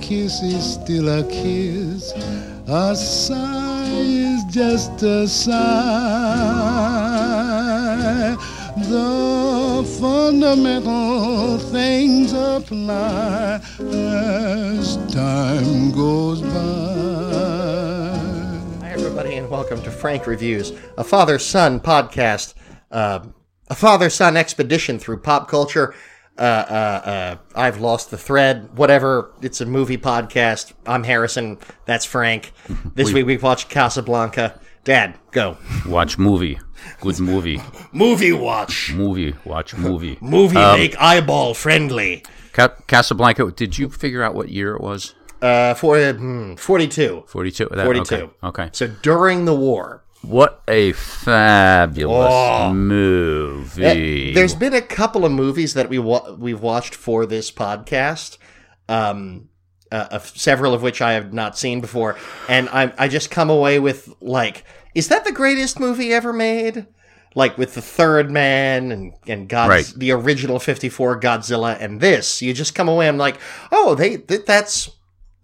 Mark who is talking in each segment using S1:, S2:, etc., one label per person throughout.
S1: kiss is still a kiss. A sigh is just a sigh. The fundamental things apply as time goes by.
S2: Hi, everybody, and welcome to Frank Reviews, a father son podcast, uh, a father son expedition through pop culture. Uh, uh, uh, I've lost the thread, whatever. It's a movie podcast. I'm Harrison. That's Frank. This week we watched Casablanca. Dad, go.
S3: Watch movie. Good movie.
S2: Movie watch.
S3: Movie. Watch movie.
S2: Movie make eyeball friendly.
S3: Ca- Casablanca. Did you figure out what year it was?
S2: Uh, for, hmm, 42.
S3: 42? That-
S2: 42.
S3: Okay. okay.
S2: So during the war.
S3: What a fabulous
S2: Oh.
S3: movie.
S2: Uh, There's been a couple of movies that we wa- we've watched for this podcast, um, uh, of several of which I have not seen before, and I I just come away with like, is that the greatest movie ever made? Like with the Third Man and and God,
S3: Right.
S2: the original '54 Godzilla, and this, you just come away. I'm like, oh, they th- that's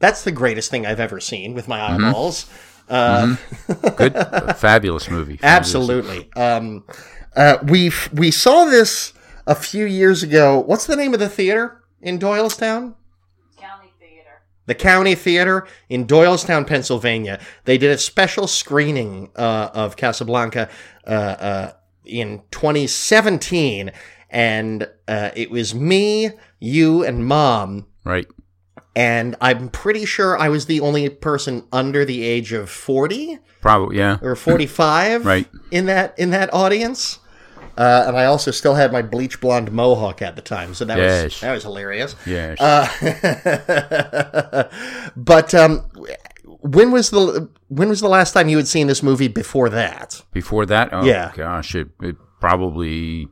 S2: that's the greatest thing I've ever seen with my eyeballs. Uh,
S3: Good. fabulous movie.
S2: Absolutely. Um, uh, we we saw this a few years ago. What's the name of the theater in Doylestown?
S4: County Theater.
S2: The County Theater in Doylestown, Pennsylvania. They did a special screening uh, of Casablanca uh, uh, in 2017, and uh, it was me, you, and Mom.
S3: Right.
S2: And I'm pretty sure I was the only person under the age of 40
S3: Probably. Yeah.
S2: or 45
S3: Right.
S2: in that in that audience uh, and i also still had my bleach blonde mohawk at the time so that was
S3: Yes.
S2: that was hilarious
S3: Yes.
S2: uh, but um, when was the when was the last time you had seen this movie before that
S3: Before that, oh
S2: Yeah.
S3: gosh, it, it probably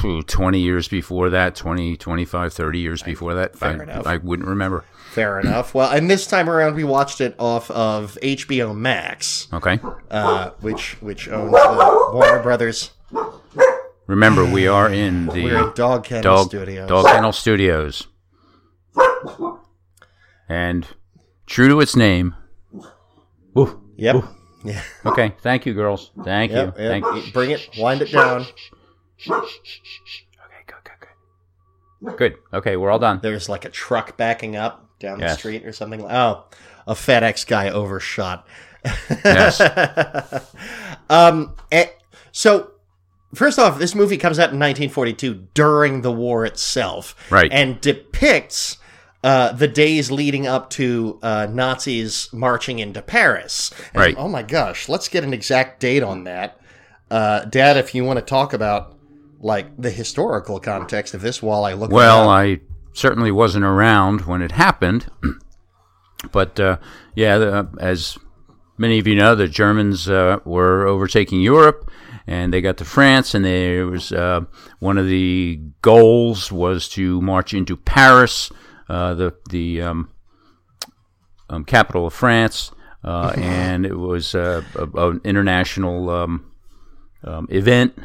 S3: phew, 20 years before that, 20, 25, 30 years before that. I,
S2: enough.
S3: I wouldn't remember.
S2: fair enough well and this time around we watched it off of hbo max
S3: Okay.
S2: uh, which which owns the warner brothers
S3: Remember, we are in the
S2: we're in dog kennel
S3: Dog
S2: studios
S3: Dog Kennel Studios. And true to its name. Ooh.
S2: yep
S3: Okay. Thank you, girls. Thank
S2: yep,
S3: you.
S2: yep.
S3: Thank you.
S2: bring it wind it down
S3: Okay, good, good, good. Good. Okay, we're all done.
S2: there's like a truck backing up down the
S3: Yes.
S2: street or something. Oh, a FedEx guy overshot.
S3: Yes.
S2: um, eh, so first off, this movie comes out in 1942 during the war itself,
S3: Right.
S2: And depicts. Uh, the days leading up to uh, Nazis marching into Paris. And,
S3: Right.
S2: Oh my gosh, let's get an exact date on that. Uh, Dad, if you want to talk about like the historical context of this while I look it
S3: Well,
S2: up.
S3: I certainly wasn't around when it happened, but uh, yeah, the, as many of you know, the Germans uh, were overtaking Europe, and they got to France, and there was uh, one of the goals was to march into Paris, uh, the the um, um, capital of France, uh, and it was uh, a- a- an international um, um, event.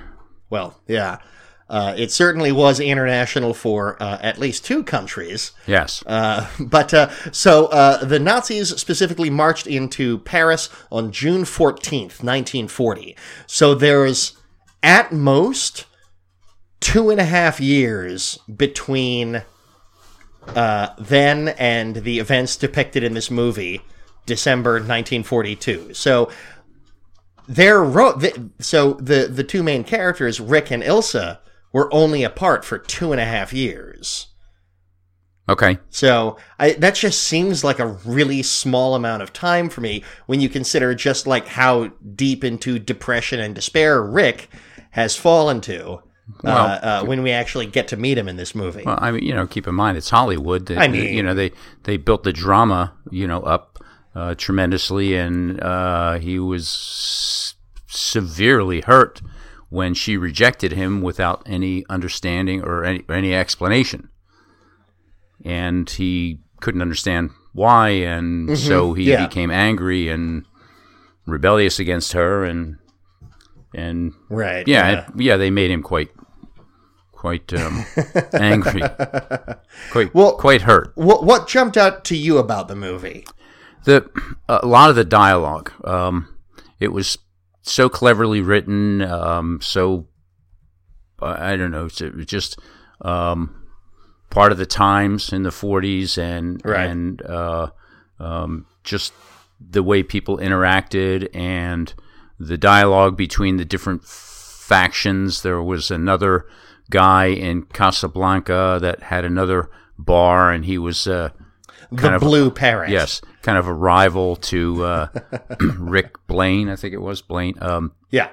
S2: Well, yeah. Uh, it certainly was international for uh, at least two countries.
S3: Yes,
S2: Uh, but uh, so uh, the Nazis specifically marched into Paris on June 14th, 1940. So there's at most two and a half years between uh, then and the events depicted in this movie, December 1942. So their ro- th- so the the two main characters, Rick and Ilsa, were only apart for two and a half years.
S3: okay,
S2: So I, that just seems like a really small amount of time for me when you consider just like how deep into depression and despair Rick has fallen to. uh, uh, when we actually get to meet him in this movie,
S3: Well, I mean, you know, keep in mind it's Hollywood. They,
S2: I mean-
S3: you know, they they built the drama, you know, up uh, tremendously, and uh, he was s- severely hurt when she rejected him without any understanding or any, or any explanation, and he couldn't understand why, and so he
S2: Mm-hmm. yeah.
S3: became angry and rebellious against her, and and
S2: right?
S3: yeah, it- yeah, they made him quite quite um, angry, quite
S2: Well-
S3: quite hurt.
S2: What what jumped out to you about the movie?
S3: The a lot of the dialogue, um, it was so cleverly written, um, so I I don't know, it was just um, part of the times in the '40s and
S2: Right.
S3: and uh, um, just the way people interacted and the dialogue between the different factions. There was another guy in Casablanca that had another bar, and he was uh,
S2: the
S3: of-
S2: Blue Parrot.
S3: yes, kind of a rival to uh, Rick Blaine, I think it was Blaine. Um,
S2: Yeah.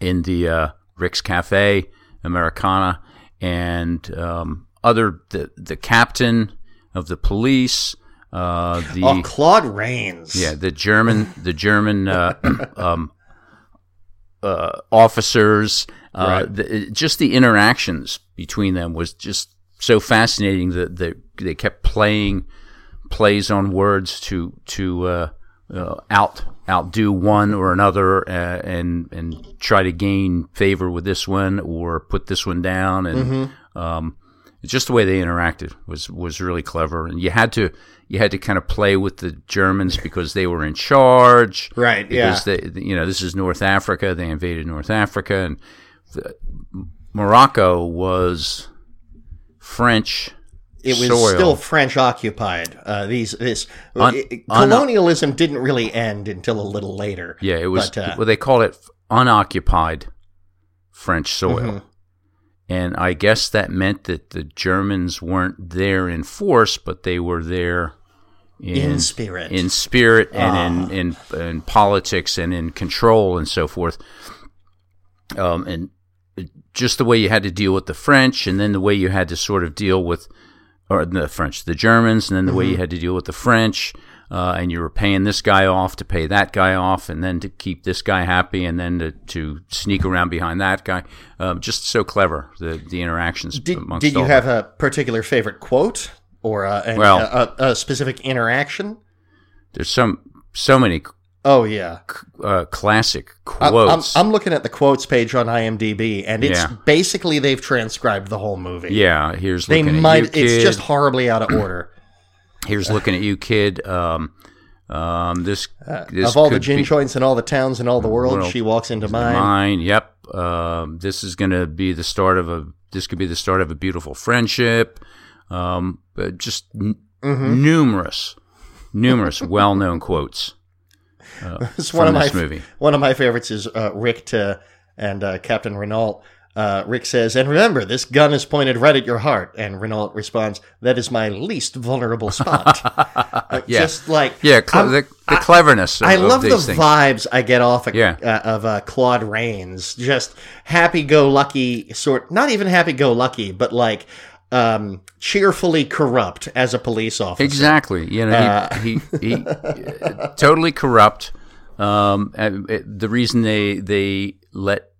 S3: in the uh, Rick's Cafe Americana, and um, other the the captain of the police, uh, the
S2: Oh, Claude Rains.
S3: yeah the German the German uh, um, uh, officers, uh,
S2: Right.
S3: the, just the interactions between them was just so fascinating that they, they kept playing plays on words to to uh, uh, out outdo one or another uh, and and try to gain favor with this one or put this one down and
S2: Mm-hmm.
S3: um, just the way they interacted was was really clever and you had to you had to kind of play with the Germans because they were in charge
S2: Right, yeah.
S3: because they you know this is North Africa they invaded North Africa and the, Morocco was French
S2: it was
S3: soil.
S2: still French occupied. Uh, these this
S3: Un-
S2: it-
S3: un-
S2: colonialism didn't really end until a little later.
S3: Yeah, it was.
S2: But, uh,
S3: well, they called it unoccupied French soil,
S2: Mm-hmm.
S3: and I guess that meant that the Germans weren't there in force, but they were there in
S2: in spirit.
S3: in spirit and in,
S2: Ah.
S3: in in politics and in control and so forth. Um, and just the way you had to deal with the French, and then the way you had to sort of deal with, or the French, the Germans, and then the way
S2: Mm-hmm.
S3: you had to deal with the French, uh, and you were paying this guy off to pay that guy off, and then to keep this guy happy, and then to, to sneak around behind that guy. Um, just so clever the the interactions
S2: did,
S3: amongst
S2: did you
S3: all
S2: have a particular favorite quote or uh, an,
S3: Well-
S2: a, a, a specific interaction?
S3: There's some so many
S2: Oh yeah,
S3: uh, classic
S2: I- I'm-
S3: quotes.
S2: I'm, looking at the quotes page on IMDb, and it's
S3: Yeah.
S2: basically they've transcribed the whole movie.
S3: Yeah, here's
S2: they
S3: looking at you,
S2: might.
S3: kid.
S2: It's just horribly out of order.
S3: here's looking at you, kid. Um, um, this, this
S2: Uh, of all the
S3: could
S2: gin
S3: be
S2: joints in all the towns in all the world,
S3: World.
S2: she walks into mine.
S3: mine. Yep. Um, this is going to be the start of a. This could be the start of a beautiful friendship. Um, but just n-
S2: Mm-hmm.
S3: numerous, numerous well-known quotes.
S2: It's one of
S3: from
S2: my
S3: this movie.
S2: one of my favorites is uh, Rick to and uh, Captain Renault. Uh, Rick says, "And remember, this gun is pointed right at your heart." And Renault responds, "That is my least vulnerable spot." Uh,
S3: Yeah.
S2: Just like
S3: Yeah, cle-
S2: I'm-
S3: the, the cleverness. Of,
S2: I
S3: of
S2: love the
S3: these things.
S2: vibes I get off of,
S3: Yeah.
S2: uh, of uh, Claude Rains. Just happy-go-lucky sort. Not even happy-go-lucky, but like um, cheerfully corrupt as a police officer.
S3: Exactly. You know, he, he, he uh, totally corrupt. Um, and it- the reason they they let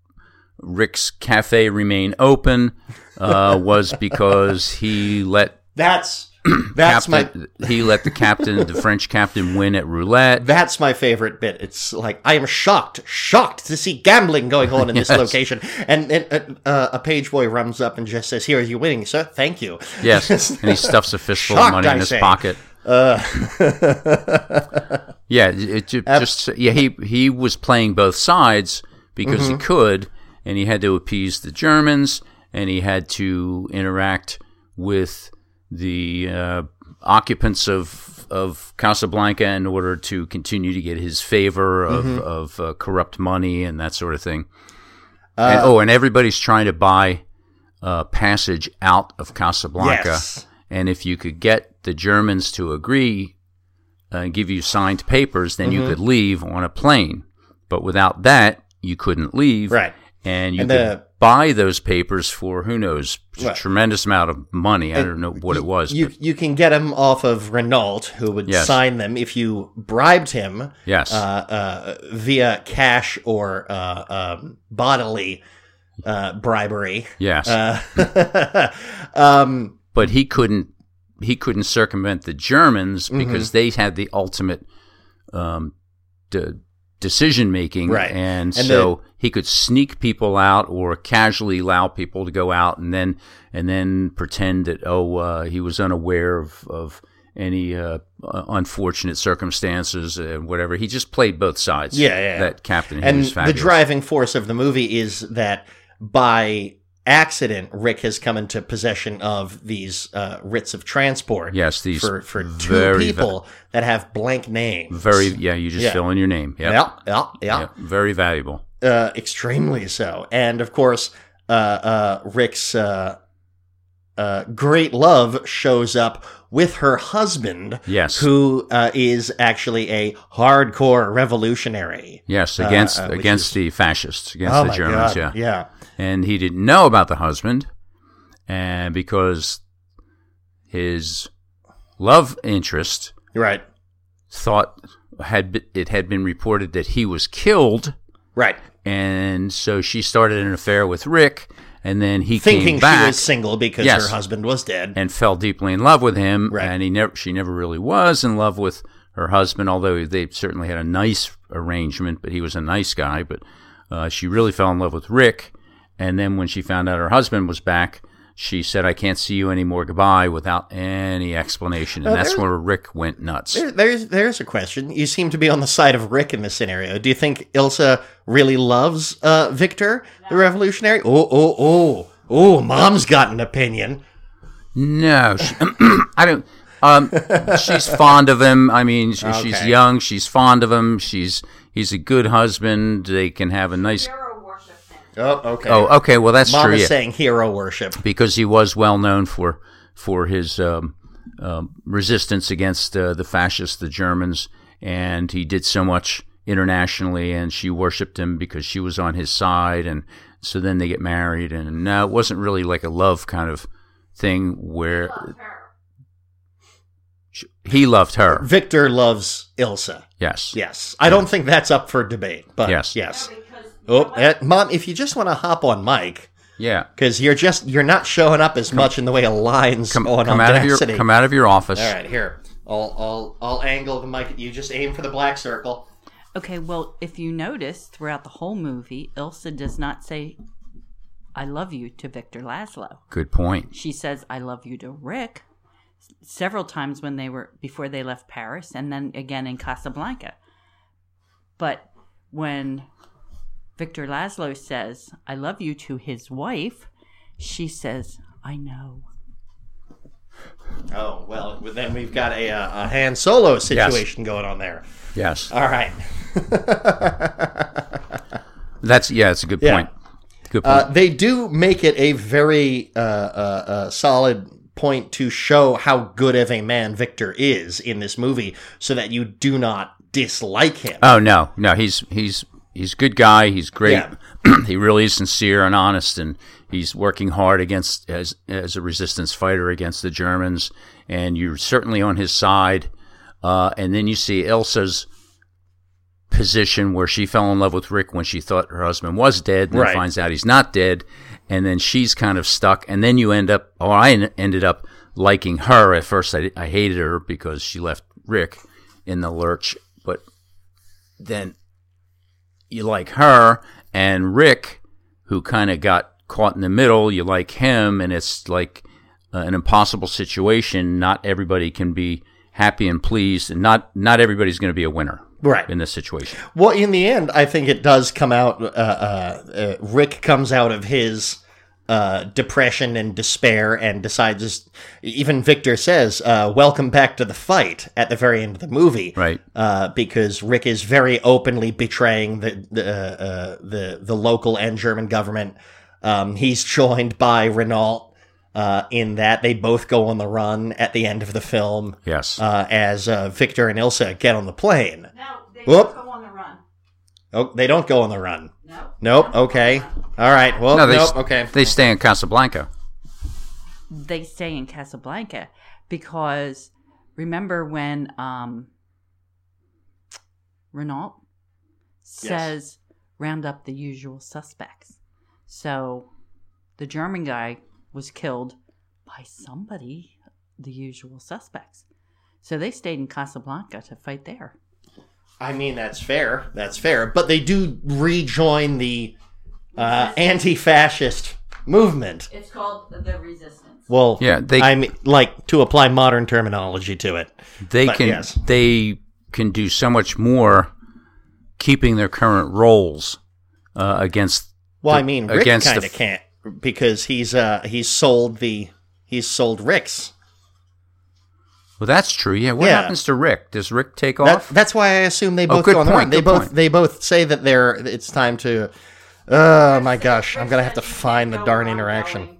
S3: Rick's cafe remain open uh, was because he let
S2: That's that's my
S3: captain, he let the captain, the French captain, win at roulette.
S2: That's my favorite bit. It's like I am shocked, shocked to see gambling going on in this location. And then uh, uh, a page boy runs up and just says, "Here, are you winning, sir? Thank you."
S3: Yes, and he stuffs a fistful
S2: Shocked,
S3: of money
S2: I
S3: in his
S2: say. Uh.
S3: pocket. yeah, it, it ju- just yeah he he was playing both sides because
S2: Mm-hmm.
S3: he could, and he had to appease the Germans, and he had to interact with the uh, occupants of of Casablanca in order to continue to get his favor of of uh, corrupt money and that sort of thing. and, oh, and everybody's trying to buy uh, passage out of Casablanca.
S2: Yes.
S3: And if you could get the Germans to agree uh, and give you signed papers, then you could leave on a plane. But without that, you couldn't leave.
S2: Right.
S3: And you
S2: And
S3: could
S2: the-
S3: buy those papers for who knows a
S2: Right.
S3: tremendous amount of money. I don't know what it was.
S2: You
S3: but-
S2: you can get him off of Renault, who would
S3: Yes.
S2: sign them if you bribed him
S3: yes.
S2: uh, uh, via cash or uh, um, bodily uh, bribery.
S3: yes.
S2: Uh, um,
S3: but he couldn't he couldn't
S2: Mm-hmm.
S3: circumvent the Germans because they had the ultimate um, d- decision making,
S2: Right.
S3: and,
S2: And
S3: so he could sneak people out or casually allow people to go out, and then and then pretend that oh uh, he was unaware of of any uh, unfortunate circumstances and whatever. He just played both sides.
S2: Yeah, yeah, yeah.
S3: That Captain
S2: and
S3: Henry's
S2: the
S3: fabulous.
S2: driving force of the movie is that by accident rick has come into possession of these uh, writs of transport
S3: Yes, these
S2: for, for two
S3: very va-
S2: people that have blank names
S3: Very yeah, you just
S2: Yeah.
S3: fill in your name. Yep.
S2: yeah yeah yeah,
S3: Yep. Very valuable.
S2: Uh, extremely so and of course uh, uh, rick's uh, uh, great love shows up with her husband
S3: Yes.
S2: who uh, is actually a hardcore revolutionary
S3: Yes,
S2: Uh,
S3: against
S2: uh, which
S3: against
S2: is-
S3: the fascists, against
S2: oh
S3: the
S2: my
S3: Germans,
S2: God.
S3: yeah.
S2: yeah
S3: And he didn't know about the husband, and because his love interest
S2: right
S3: thought had be- it had been reported that he was killed,
S2: right
S3: and so she started an affair with Rick, and then he
S2: thinking
S3: came back
S2: she was single because
S3: Yes.
S2: her husband was dead.
S3: and fell deeply in love with him,
S2: Right.
S3: and he never she never really was in love with her husband, although they certainly had a nice arrangement, but he was a nice guy. But uh, she really fell in love with Rick, and then when she found out her husband was back, she said, "I can't see you anymore. Goodbye," without any explanation, and
S2: Uh,
S3: that's
S2: there-
S3: where Rick went nuts.
S2: There, there's there's a question. You seem to be on the side of Rick in this scenario. Do you think Ilsa really loves uh, Victor, the revolutionary? Oh oh oh oh! Mom's got an opinion.
S3: No, she, I don't. Um, she's fond of him. I mean, she, she's
S2: Okay.
S3: young. She's fond of him. She's he's a good husband. They can have a nice.
S4: Hero worship him.
S2: Oh okay.
S3: Oh, okay. Well, that's
S2: Mom
S3: true.
S2: is
S3: yeah.
S2: saying hero worship.
S3: because he was well known for for his um, um, resistance against uh, the fascists, the Germans, and he did so much internationally. And she worshipped him because she was on his side. And so then they get married, and no, it wasn't really like a love kind of thing where
S4: Her.
S3: sh- he loved her.
S2: Victor loves Ilsa.
S3: Yes.
S2: Yes, I don't think that's up for debate. But
S3: Yes.
S2: yes,
S4: No,
S2: yes.
S4: because
S2: Oh, eh, mom, if you just want to hop on mic,
S3: Yeah.
S2: because you're just you're not showing up as much in the way of lines
S3: Come,
S2: on
S3: come out of your
S2: audacity.
S3: come out of your office.
S2: All right, here. I'll, I'll, I'll angle the mic at you. Just aim for the black circle.
S5: Okay, well, if you notice throughout the whole movie, Ilsa does not say, I love you to Victor Laszlo.
S3: Good point.
S5: She says, I love you to Rick s- several times when they were, before they left Paris, and then again in Casablanca. But when Victor Laszlo says, I love you to his wife, she says, I know.
S2: Oh, well, then we've got a, uh, a Han Solo situation going on there.
S3: Yes.
S2: All right.
S3: That's yeah. It's a good
S2: Yeah.
S3: point. Good point.
S2: Uh, they do make it a very uh, uh, uh, solid point to show how good of a man Victor is in this movie so that you do not dislike him.
S3: Oh no, no, he's he's he's a good guy. He's great.
S2: Yeah.
S3: he really is sincere and honest, and he's working hard against as as a resistance fighter against the Germans. And you're certainly on his side. Uh, and then you see Elsa's position where she fell in love with Rick when she thought her husband was dead, and then
S2: Right.
S3: finds out he's not dead, and then she's kind of stuck. And then you end up, or I en- ended up liking her at first. I, I hated her because she left Rick in the lurch, but then you like her and Rick, who kind of got caught in the middle. You like him, and it's like uh, an impossible situation. Not everybody can be happy and pleased, and not not everybody's going to be a winner
S2: right.
S3: in this situation.
S2: Well, in the end, I think it does come out. Uh, uh, uh, Rick comes out of his uh, depression and despair and decides. Even Victor says, uh, "Welcome back to the fight." At the very end of the movie,
S3: Right.
S2: Uh, because Rick is very openly betraying the the uh, uh, the, the local and German government. Um, he's joined by Renault. Uh, in that they both go on the run at the end of the film,
S3: Yes.
S2: uh, as uh, Victor and Ilsa get on the plane.
S4: No, they
S2: Whoop.
S4: don't go on the run.
S2: Oh, they don't go on the run.
S4: No.
S2: Nope. Okay. All right. Well,
S3: no, they
S2: nope.
S3: s-
S2: okay.
S3: They stay in Casablanca.
S5: they stay in Casablanca because remember when um, Renault says round up the usual suspects. So the German guy was killed by somebody, the usual suspects. So they stayed in Casablanca to fight there.
S2: I mean, that's fair. That's fair. But they do rejoin the uh, anti-fascist movement.
S4: It's called the resistance.
S2: Well,
S3: Yeah, they-
S2: I mean, like to apply modern terminology to it.
S3: They
S2: But
S3: can
S2: yes.
S3: they can do so much more keeping their current roles uh, against
S2: Well, I
S3: The-
S2: mean, Rick
S3: against the
S2: kind of
S3: f-
S2: can't because he's uh he's sold the he's sold Rick's.
S3: Well, that's true. Yeah. What
S2: Yeah.
S3: happens to Rick? Does Rick take
S2: That,
S3: off?
S2: that's why I assume they
S3: Oh,
S2: both
S3: good
S2: go on their
S3: point,
S2: own. They
S3: good
S2: both
S3: point.
S2: they both say that they're it's time to. Oh my gosh, I'm gonna have to find the darn interaction.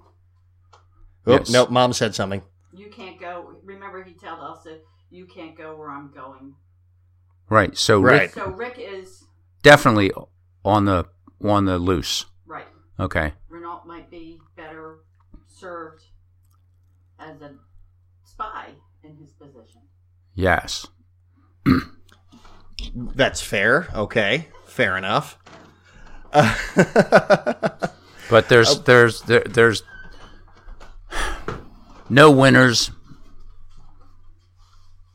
S2: Oh
S3: Yes.
S2: nope, mom said something.
S4: You can't go. Remember, he told Elsa, "You can't go where I'm going."
S3: right. So
S2: Right.
S3: Rick
S4: So Rick is
S3: definitely on the on the loose.
S4: right.
S3: Okay.
S4: Renault might be better served as a spy in his position.
S3: Yes.
S2: That's fair. Okay, fair enough. Uh,
S3: But there's
S2: Oh.
S3: there's there, there's no winners,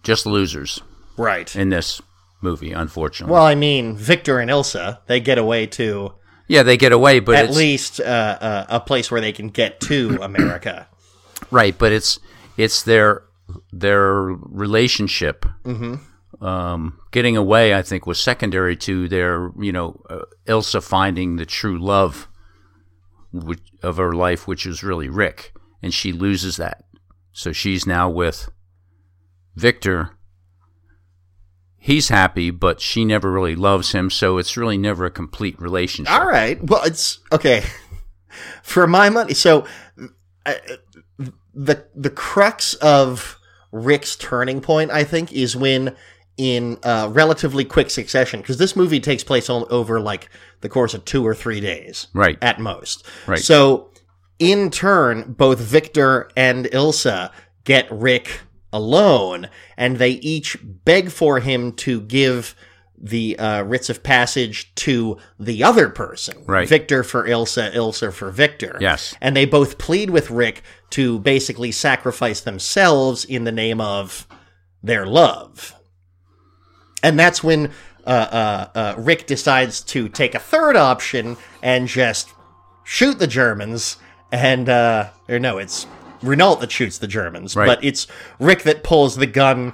S3: just losers
S2: right.
S3: in this movie. Unfortunately.
S2: Well, I mean, Victor and Ilsa, they get away to
S3: yeah, they get away, but
S2: at
S3: it's
S2: least uh, uh, a place where they can get to America.
S3: right. But it's it's their their relationship.
S2: Mm-hmm.
S3: Um, getting away, I think, was secondary to their you know uh, Ilsa finding the true love which, of her life, which is really Rick, and she loses that. So she's now with Victor. He's happy, but she never really loves him, so it's really never a complete relationship.
S2: All right. Well, it's okay. For my money, so uh, the the crux of Rick's turning point, I think, is when in uh, relatively quick succession, because this movie takes place on, over like the course of two or three days,
S3: Right.
S2: at most.
S3: Right.
S2: So, in turn, both Victor and Ilsa get Rick alone, and they each beg for him to give the uh, writs of passage to the other person.
S3: Right.
S2: Victor for Ilsa, Ilsa for Victor.
S3: Yes.
S2: And they both plead with Rick to basically sacrifice themselves in the name of their love. And that's when uh, uh, uh, Rick decides to take a third option and just shoot the Germans. And, uh, or no, it's Renault that shoots the Germans,
S3: Right.
S2: but it's Rick that pulls the gun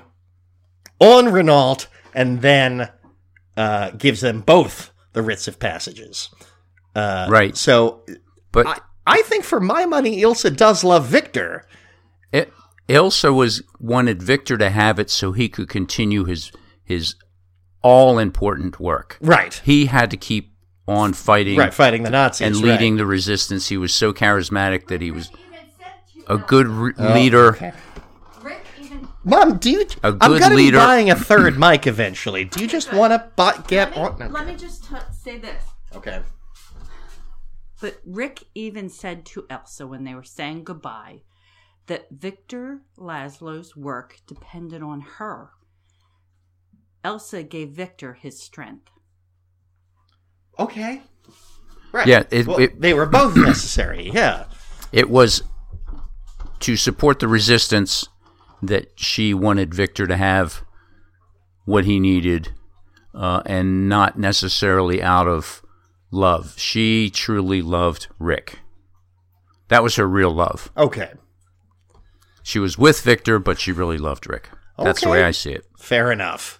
S2: on Renault and then uh, gives them both the writs of passages. Uh,
S3: Right.
S2: So
S3: But
S2: I, I think for my money, Ilsa does love Victor.
S3: It, Ilsa E-, was wanted Victor to have it so he could continue his his all important work.
S2: Right.
S3: He had to keep on fighting
S2: Right, fighting the Nazis.
S3: and
S2: right.
S3: leading the resistance. He was so charismatic that he was
S4: Even said to
S3: a
S4: Elsa-
S3: good re-
S2: Oh.
S3: leader.
S4: Rick even
S2: Mom, do you,
S3: A
S2: I'm
S3: good
S2: gonna
S3: leader-
S2: be buying a third mic eventually. Do you just want to bu- get
S4: let me,
S2: on?
S4: let me just t- say this.
S2: Okay.
S5: But Rick even said to Elsa when they were saying goodbye that Victor Laszlo's work depended on her. Elsa gave Victor his strength.
S2: Okay. Right.
S3: Yeah, it-
S2: Well,
S3: it-
S2: they were both necessary. Yeah.
S3: It was to support the resistance that she wanted Victor to have what he needed uh, and not necessarily out of love. She truly loved Rick. That was her real love.
S2: Okay.
S3: She was with Victor, but she really loved Rick. That's the
S2: Okay.
S3: way I see it.
S2: Fair enough.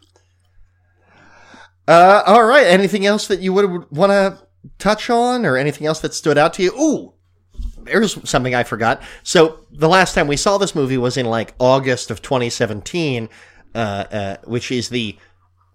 S2: Uh, all right. Anything else that you would want to touch on, or anything else that stood out to you? Ooh, there's something I forgot. So the last time we saw this movie was in like August of 2017, uh, uh, which is the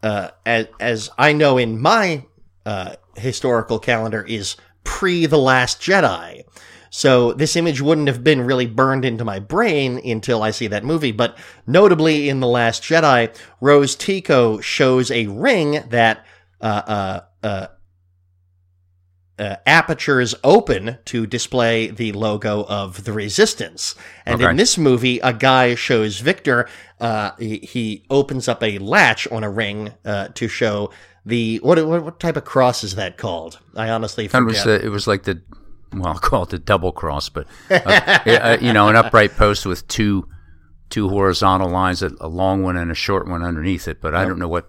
S2: uh, as as I know in my uh, historical calendar is pre the Last Jedi. So this image wouldn't have been really burned into my brain until I see that movie. But notably in the Last Jedi, Rose Tico shows a ring that. Uh, uh, uh, uh, apertures open to display the logo of the resistance. And
S3: Okay.
S2: in this movie, a guy shows Victor, uh, he, he opens up a latch on a ring uh, to show the what, what what type of cross is that called? I honestly
S3: That
S2: forget.
S3: was the, it was like the, well, I'll call it the double cross, but, uh, uh, you know, an upright post with two two horizontal lines, a, a long one and a short one underneath it, but I don't know what,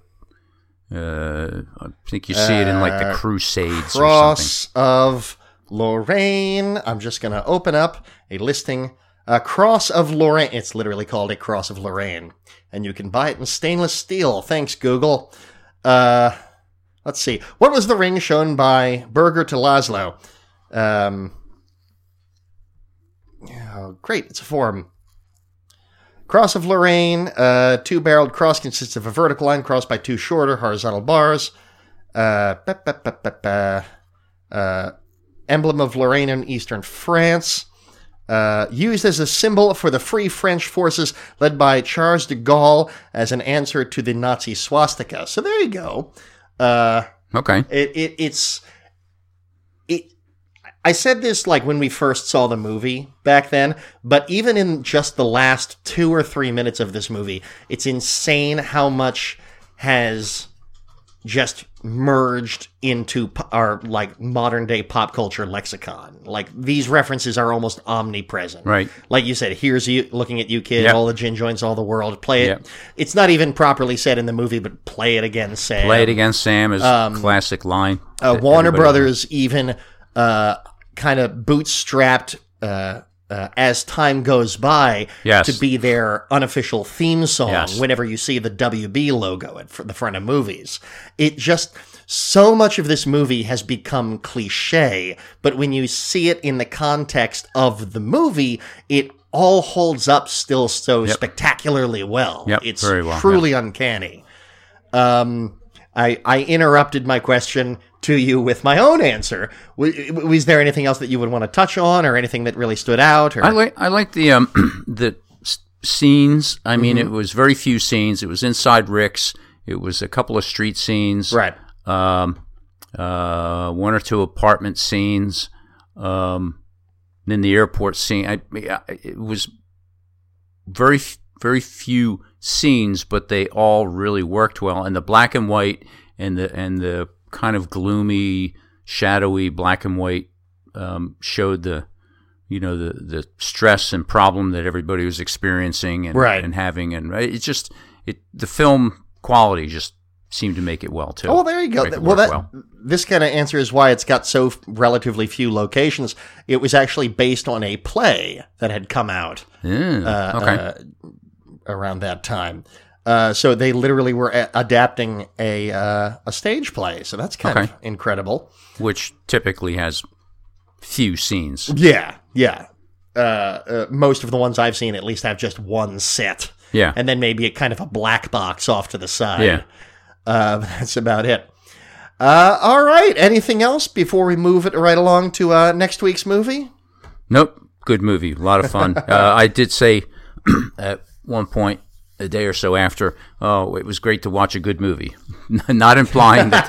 S3: Uh, I think you see it in like the
S2: Uh,
S3: Crusades or something.
S2: Cross of Lorraine. I'm just going to open up a listing. A Cross of Lorraine. It's literally called a Cross of Lorraine. And you can buy it in stainless steel. Thanks, Google. Uh, let's see. What was the ring shown by Berger to Laszlo? Um, oh, great. It's a form. Cross of Lorraine. Uh, two barreled cross consists of a vertical line crossed by two shorter horizontal bars. Uh, ba- ba- ba- ba- ba. Uh, emblem of Lorraine in eastern France. Uh, used as a symbol for the Free French forces led by Charles de Gaulle as an answer to the Nazi swastika. So there you go. Uh,
S3: Okay.
S2: it, it it's it. I said this like when we first saw the movie back then, but even in just the last two or three minutes of this movie, it's insane how much has just merged into p- our like modern day pop culture lexicon. Like these references are almost omnipresent.
S3: Right.
S2: Like you said, here's you looking at you, kid.
S3: Yep.
S2: All the gin joints, all the world. Play it.
S3: Yep.
S2: It's not even properly said in the movie, but play it again. Say
S3: Play it against Sam is
S2: Um,
S3: classic line.
S2: uh,
S3: that
S2: Warner
S3: everybody-
S2: Brothers even uh, kind of bootstrapped uh, uh, as time goes by
S3: Yes.
S2: to be their unofficial theme song.
S3: Yes.
S2: Whenever you see the WB logo at fr- the front of movies, it just so much of this movie has become cliche. But when you see it in the context of the movie, it all holds up still so spectacularly well.
S3: Yep,
S2: it's
S3: very well,
S2: truly uncanny. Um, I, I interrupted my question to you with my own answer. W- w- was there anything else that you would want to touch on, or anything that really stood out? Or
S3: I like I like the um the s- scenes. I
S2: Mm-hmm.
S3: mean, it was very few scenes. It was inside Rick's. It was a couple of street scenes.
S2: right,
S3: um, uh, one or two apartment scenes, um, and then the airport scene. I, I- it was very f- very few scenes, but they all really worked well. And the black and white and the and the kind of gloomy, shadowy black and white um, showed the you know the the stress and problem that everybody was experiencing and
S2: Right.
S3: and having and it just it the film quality just seemed to make it well too.
S2: Oh, well, there you go.
S3: Make it
S2: well,
S3: work
S2: that this kind of answer is why it's got so f- relatively few locations. It was actually based on a play that had come out
S3: Mm,
S2: uh,
S3: okay.
S2: uh, around that time. Uh, so they literally were a- adapting a uh, a stage play. So that's kind
S3: Okay.
S2: of incredible.
S3: Which typically has few scenes.
S2: Yeah, yeah. Uh, uh, most of the ones I've seen at least have just one set,
S3: Yeah.
S2: and then maybe a kind of a black box off to the side.
S3: yeah.
S2: uh, that's about it. Uh, all right. Anything else before we move it right along to uh, next week's movie?
S3: Nope. Good movie. A lot of fun. uh, I did say at one point a day or so after, oh, it was great to watch a good movie. Not implying that.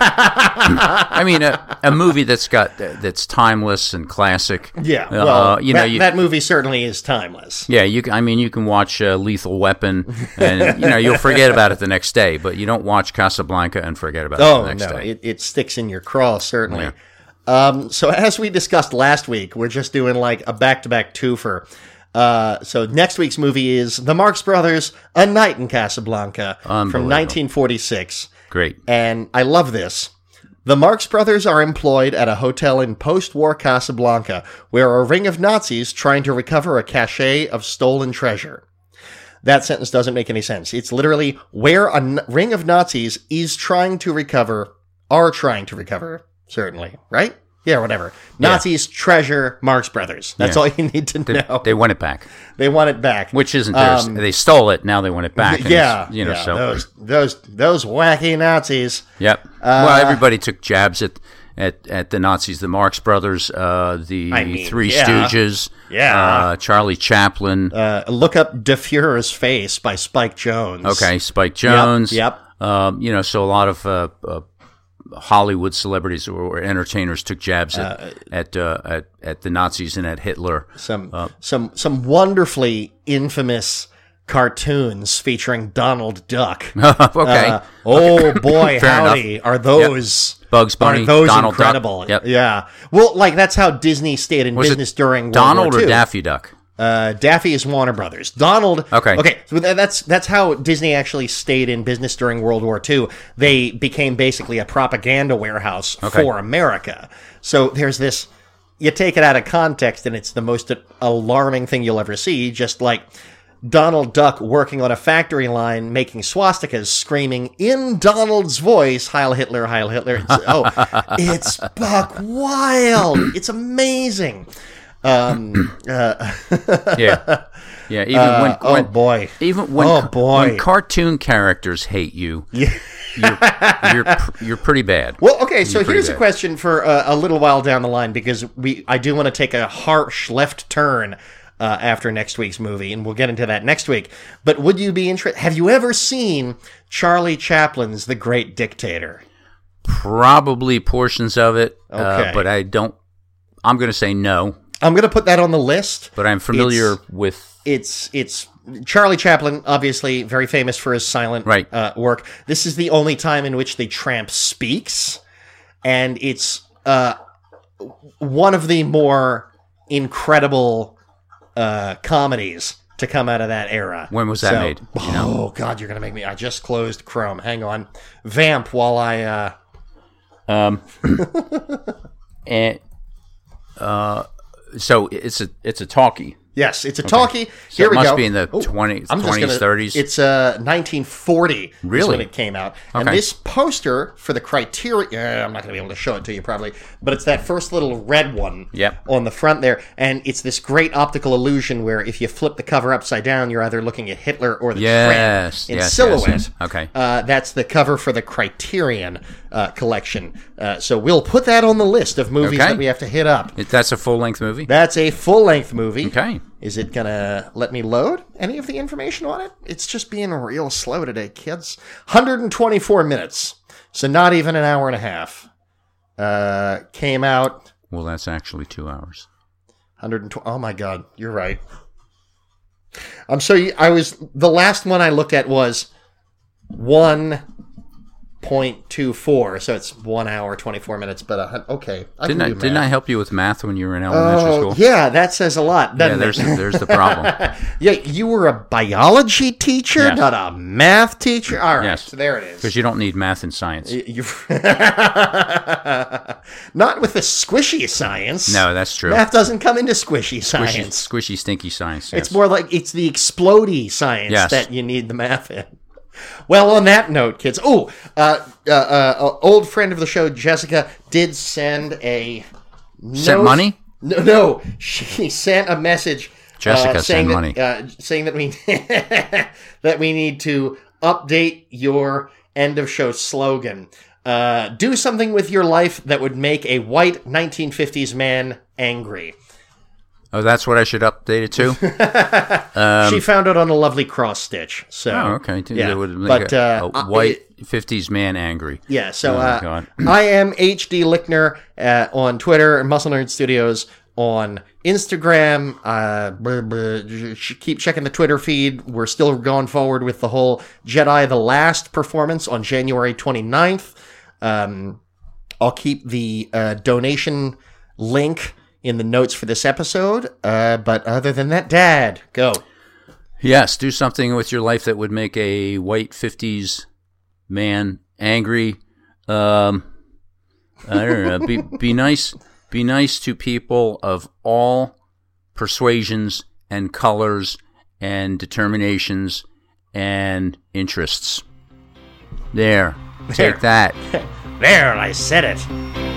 S3: I mean, a, a movie that's got that's timeless and classic.
S2: Yeah.
S3: Uh,
S2: Well,
S3: you know,
S2: that,
S3: you,
S2: that movie certainly is timeless.
S3: Yeah, you. Can, I mean, you can watch uh, Lethal Weapon, and you know you'll forget about it the next day. But you don't watch Casablanca and forget about it
S2: Oh
S3: the next
S2: no,
S3: day.
S2: it, it sticks in your craw certainly. Um, so as we discussed last week, we're just doing like a back-to-back twofer. Uh, so next week's movie is The Marx Brothers: A Night in Casablanca from
S3: Unbelievable.
S2: 1946,
S3: Great.
S2: and I love this. The Marx brothers are employed at a hotel in post war Casablanca, where a ring of Nazis trying to recover a cache of stolen treasure. That sentence doesn't make any sense. It's literally where a n- ring of Nazis is trying to recover, are trying to recover, certainly, right? Yeah, whatever. Nazis treasure Marx brothers. That's
S3: Yeah.
S2: all you need to know. They,
S3: They want it back,
S2: want it back.
S3: which isn't theirs.
S2: Um,
S3: they stole it. Now they want it back. and
S2: yeah,
S3: it's- you know.
S2: yeah,
S3: so
S2: those those those wacky Nazis.
S3: yep.
S2: uh,
S3: well, everybody took jabs at, at, at the Nazis, the Marx Brothers, uh, the
S2: I mean,
S3: Three
S2: yeah.
S3: Stooges,
S2: Yeah.
S3: uh, Charlie Chaplin.
S2: Uh, look up De Fuhrer's Face by Spike Jones.
S3: okay, Spike Jones.
S2: yep.
S3: Um, you know, so a lot of uh, uh, Hollywood celebrities or, or entertainers took jabs at at, uh, at at the Nazis and at Hitler.
S2: some
S3: Oh.
S2: some some wonderfully infamous cartoons featuring Donald Duck.
S3: okay.
S2: Uh, oh boy,
S3: Fair
S2: howdy! Are those
S3: Bugs Bunny,
S2: Are those
S3: Donald Duck.
S2: incredible?
S3: Yep.
S2: Yeah. Well, like that's how Disney stayed in
S3: Was it
S2: business during World
S3: Donald
S2: War II.
S3: or Daffy Duck?
S2: Uh, Daffy is Warner Brothers. Donald.
S3: Okay.
S2: Okay. So tha- that's that's how Disney actually stayed in business during World War II. They became basically a propaganda warehouse
S3: Okay.
S2: for America. So there's this. You take it out of context, and it's the most alarming thing you'll ever see. Just like Donald Duck working on a factory line, making swastikas, screaming in Donald's voice, "Heil Hitler! Heil Hitler!" It's, oh, it's buck wild. It's amazing. Um, uh,
S3: Yeah, yeah. Even when,
S2: oh,
S3: when-
S2: boy.
S3: even when
S2: Oh, boy.
S3: when cartoon characters hate you,
S2: Yeah.
S3: you're you're, pr- you're pretty bad.
S2: Well, okay. So
S3: pretty
S2: here's a
S3: bad.
S2: question for uh, a little while down the line because we I do want to take a harsh left turn uh, after next week's movie, and we'll get into that next week. But would you be interested? Have you ever seen Charlie Chaplin's The Great Dictator?
S3: Probably portions of it,
S2: Okay.
S3: uh, but I don't. I'm going to say no,
S2: I'm going to put that on the list.
S3: but I'm familiar
S2: It's-
S3: with.
S2: It's it's Charlie Chaplin, obviously very famous for his silent
S3: Right.
S2: uh, work. This is the only time in which the tramp speaks, and it's uh, one of the more incredible uh, comedies to come out of that era.
S3: When was that made? You know?
S2: Oh God, you're gonna make me! I just closed Chrome. Hang on, vamp while I. Uh,
S3: Um, and uh, so it's a it's a talkie.
S2: yes, it's a talkie.
S3: So
S2: Here
S3: it
S2: we
S3: must
S2: go.
S3: be in the
S2: Oh,
S3: 20s,
S2: I'm just
S3: 20s,
S2: gonna-
S3: 30s.
S2: It's uh 1940 is
S3: Really?
S2: when it came out. And
S3: Okay.
S2: this poster for the criteria, uh, I'm not going to be able to show it to you probably, but it's that first little red one
S3: Yep.
S2: on the front there, and it's this great optical illusion where if you flip the cover upside down, you're either looking at Hitler or the
S3: Yes,
S2: Tramp in
S3: yes, yes,
S2: silhouette.
S3: yes. Okay.
S2: Uh, that's the cover for the Criterion uh, collection. Uh, so we'll put that on the list of movies
S3: Okay.
S2: that we have to hit up.
S3: It, that's a full length movie.
S2: That's a full length movie.
S3: Okay.
S2: Is it gonna let me load any of the information on it? It's just being real slow today, kids. 124 minutes, so not even an hour and a half. Uh, came out
S3: Well, that's actually two hours.
S2: 120. Oh my god, you're right. I'm so I was the last one I looked at was 1.24, so it's one hour 24 minutes. But a, hun- okay, I
S3: Didn't I,
S2: can do
S3: didn't I
S2: math.
S3: help you with math when you were in elementary
S2: Oh,
S3: school?
S2: yeah, that says a lot.
S3: Yeah,
S2: doesn't it?
S3: there's there's the problem.
S2: Yeah, you were a biology teacher,
S3: Yes.
S2: not a math teacher. All right,
S3: Yes.
S2: so there it is.
S3: Because you don't need math in science.
S2: You- not with the squishy science.
S3: No, that's true.
S2: math doesn't come into squishy
S3: Squishy,
S2: science.
S3: squishy, stinky science.
S2: It's
S3: yes.
S2: more like it's the explody science
S3: Yes.
S2: that you need the math in. Well, on that note, kids. Oh, uh, uh, uh, uh, old friend of the show, Jessica, did send a
S3: sent
S2: no-
S3: money.
S2: No, no, she sent a message.
S3: Jessica,
S2: uh, saying
S3: send
S2: that,
S3: money.
S2: Uh, saying that we that we need to update your end of show slogan. Uh, do something with your life that would make a white 1950s man angry.
S3: Oh, that's what I should update it to.
S2: she found it on a lovely cross stitch. So
S3: Um, Oh, okay. That
S2: yeah.
S3: would make
S2: but
S3: a,
S2: uh,
S3: a
S2: I-
S3: white fifties man angry.
S2: Yeah, so
S3: Oh,
S2: uh,
S3: God.
S2: I am HD Lickner uh, on Twitter, Muscle Nerd Studios on Instagram. Uh, blah, blah, j- j- keep checking the Twitter feed. We're still going forward with the whole Jedi The Last performance on January 29th. Um, I'll keep the uh, donation link in the notes for this episode. Uh, but other than that, Dad, go.
S3: Yes, do something with your life that would make a white fifties man angry. Um, I don't know. be be nice. Be nice to people of all persuasions and colors and determinations and interests. There,
S2: There.
S3: take that.
S2: There, I said it.